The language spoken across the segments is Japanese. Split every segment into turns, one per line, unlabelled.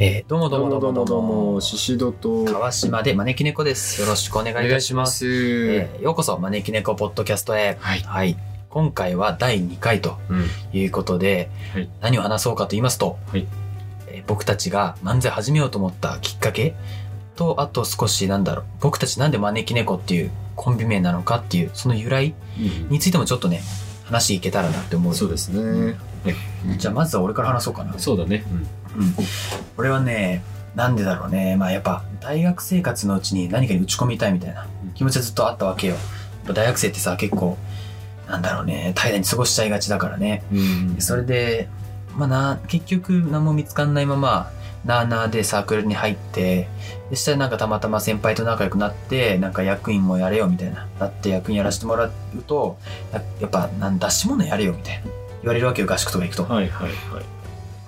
えーどうもどうもどうもどうも
どうも、シシドと。
川島で招き猫です。よろしくお願いいたします。
え
えーようこそ招き猫ポッドキャストへ
ー。はい。
はい。今回は第2回と
うん。
いうことで、
はい
何を話そうかと言いますと、
はい
えー僕たちが漫才始めようと思ったきっかけと、あと少しなんだろう、僕たちなんで招き猫っていうコンビ名なのかっていう、その由来についてもちょっとね、話いけたらなって思う。
そうですね。
じゃあまずは俺から話そうかな。
そうだね。
うん、俺はねなんでだろうねまあやっぱ大学生活のうちに何かに打ち込みたいみたいな気持ちはずっとあったわけよやっぱ大学生ってさ結構なんだろうね怠惰に過ごしちゃいがちだからね
うん
それでまあな結局何も見つかんないままなあなあでサークルに入ってでしたらなんかたまたま先輩と仲良くなってなんか役員もやれよみたいなだって役員やらせてもらうとややっぱなん出し物やれよみたいな言われるわけよ合宿とか行くと
はいはいは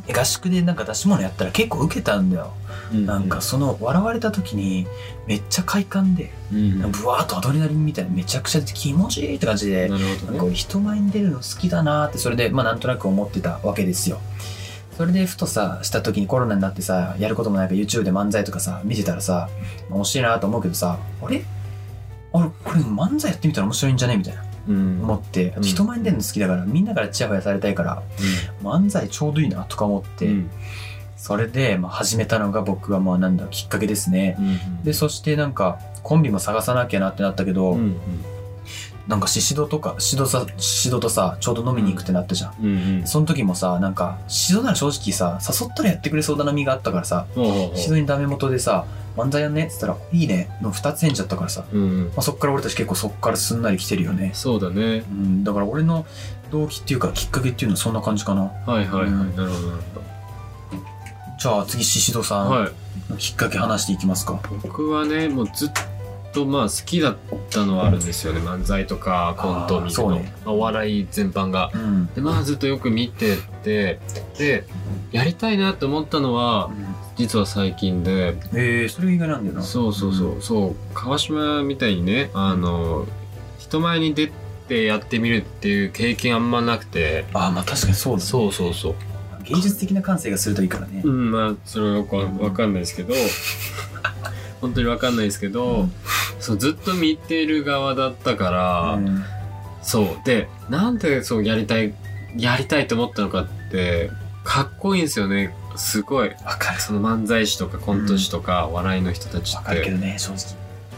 で合宿でなんか出し物やったら結構受けたんだよ
い。
なんか、その笑われた時にめっちゃ快感で
うん。なる
ブワーッとアドレナリンみたいなめちゃくちゃ出て気持ちいいって感じで
ほ
なん
ど
か
ね。
人前に出るの好きだなーってそれでまあなんとなく思ってたわけですよそれでふとさした時にコロナになってさやることもないから YouTube で漫才とかさ見てたらさまあ惜しいなと思うけどさあれあれこれ漫才やってみたら面白いんじゃねみたいな
うん
思って
うん
人前に出るの好きだからみんなからチヤホヤされたいから漫才ちょうどいいなとか思って、
うん
それで、まあ、始めたのが僕はまあなんだろうきっかけですね。
うん
で、そしてなんかコンビも探さなきゃなってなったけど、
うんうん
なんかシシドとかシドさシドとさちょうど飲みに行くってなったじゃん。
うんうん
その時もさなんかシドなら正直さ誘ったらやってくれそうだな身があったからさ
おうおう
シドにダメ元でさ漫才やんねっつったら「いいね」の2つ返事だったからさ、ま
うん
あ、そっから俺たち結構そっからすんなり来てるよね。
そうだね。
うん、だから俺の動機っていうかきっかけっていうのはそんな感じかな。
はいはいは
う
い。
ん
なるほどなるほ
じゃあ次シシドさ
ど。
ん
はい。
のきっかけ話していきますか。
僕はね、もうずっとまあ好きだったのはあるんですよね。漫才とかコント
あ
見る
ーそう
の
ね。
まあお笑い全般が。
うん
でまあずっとよく見ててでやりたいなって思ったのは実は最近で
ええそれ以外なんだよな。
そうそうそう、そう川島みたいにねあの人前に出てやってみるっていう経験あんまなくて
ああ、まあ確かにそうだ、ね。
そうそうそう
芸術的な感性がするといいからね。
うんまあそれはよくわわかんないです けど本当にわかんないですけど、
うん
そうずっと見てる側だったから、
うん
そうでなんでそうやりたいやりたいと思ったのかってかっこいいんですよねすごい
わかる。
その漫才師とかコント師とか笑いの人たち
わ
っ
かるけ
て
どね、正直。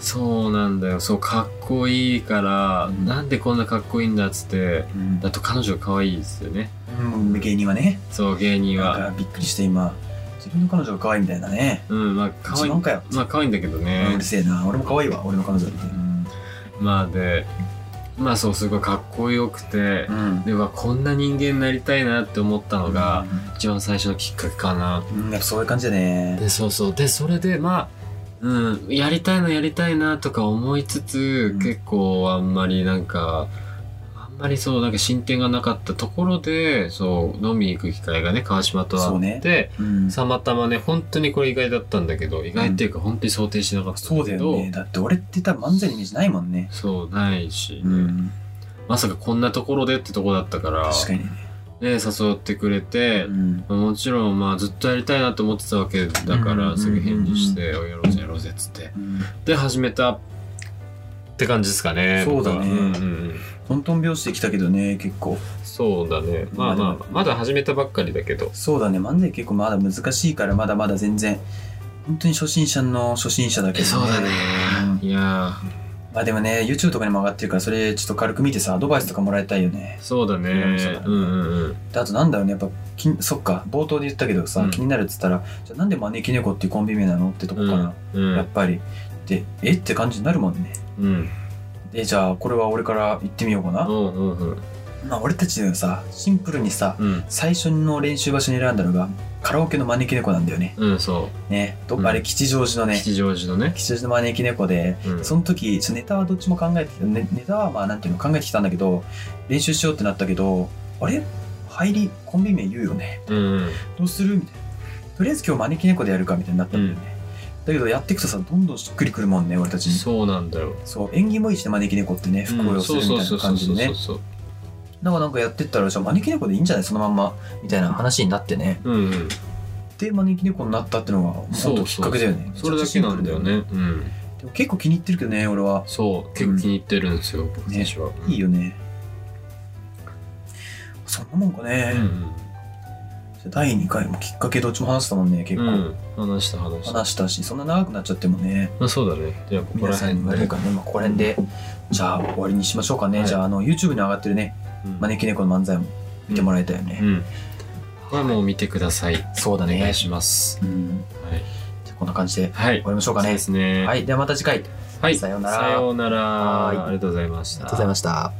そうなんだよそうかっこいいから
うん
なんでこんなかっこいいんだっつって
うん
だと彼女可愛いですよね
うん、芸人はね。
そう芸人
な
は
んかびっくりして今、自分の彼女が可愛いみたいなね。
うんまあ可
自
愛い
慢かよ。
まあ可愛いんだけど
う
ね
るせえな。俺も可愛いわ、俺の彼女って。うん。
まあでまあそうすごいかっこよくて
うん。
ではこんな人間になりたいなって思ったのが一番最初のきっかけかな
うん、やっぱそういう感じだね。
でそうそうでそれでまあうん、やりたいなやりたいなとか思いつつ、
うん
結構あんまりなんかあんまりそうなんか進展がなかったところでそう飲みに行く機会がね川島と
そ
あ
う
っ
ね
て、
うん。
たまたまね本当にこれ意外だったんだけど意外っていうか本当に想定してなかったん
そう
だ
だ
け
よ
ど、
ね。だって俺って多分漫才のイメージないもんね。
そうないし、ね
うん。
まさかこんなところでってとこだったから
確かにね。
ね、誘ってくれて
う、ん。
もちろんまあずっとやりたいなと思ってたわけだか
うんうんうんう
ら
ん
すぐ返事して「おやろうぜやろうぜ」っつって。
うん。
で始めたって感じですかね
そうだね
僕はうんうんうん
トントン拍子できたけどね、結構。
そうだねまあまあまだ始めたばっかりだけど
そうだね漫才結構まだ難しいからまだまだ全然本当に初心者の初心者だけど、ね、うん
いや
まあでもね YouTube とかにも上がってるからそれちょっと軽く見てさアドバイスとかもらいたいよね
ーそうだね
そうだね
うんうんうん
であとなんだろうねやっぱきんそっか冒頭で言ったけどさ、
うん
気になるっつったらじゃあなんで招き猫っていうコンビ名なのってとこから、
うん
やっぱりでえって感じになるもんね
うん
でじゃあこれは俺から言ってみようかな、
うんうんうん
まあ俺たちのさシンプルにさ
うん
最初の練習場所に選んだのがカラオケの招き猫なんだよね
うんそ
ねど、
うん
あれ吉祥寺の
う
ね
吉祥寺のね
吉祥寺の招き猫で
うん
その時ちょネタはどっちも考えてきた、ね、ネタはまあなんていうの考えてきたんだけど練習しようってなったけどあれ入りコンビ名言うよね
うん
どうするみたいなとりあえず今日招き猫でやるかみたいになったんだよね、だけどやっていくとさどんどんしっくりくるもんね俺たちにそう
そうなんだよ
縁起もいいしね招き猫ってね服を寄せるみたいな感じでね
そう
だからなんかやってったらじゃあ招き猫でいいんじゃないそのまんまみたいな話になってね
うんうん
で招き猫になったってのが
そ
本
う
当きっかけだよね
それだけなんだよねうん
でも結構気に入ってるけどね俺は
そう結構気に入ってるんですよ、僕たちは、
いいよねそんなもんか
う
ね、
ん
第2回もきっかけどっちも話したもんね結構、
うん、うん、話した話した、
話したしそんな長くなっちゃってもね
まあ、そうだねじゃあここ
皆
ら
さん
辺
に言われ
で
るからね、まあ、ここら辺でじゃあ終わりにしましょうかね、
はい
じゃああの YouTube に上がってるね
うん
招き猫の漫才も見てもらいたいよね、
うんこれはもう見てください、
そうだ
お願
ね
いします
うん
はい、
じゃあこんな感じで終
はい
わりましょうか
そう
ね
ですね
はいではまた次回あり
はい
さようなら
さようなら
はい
ありがとうございました
ました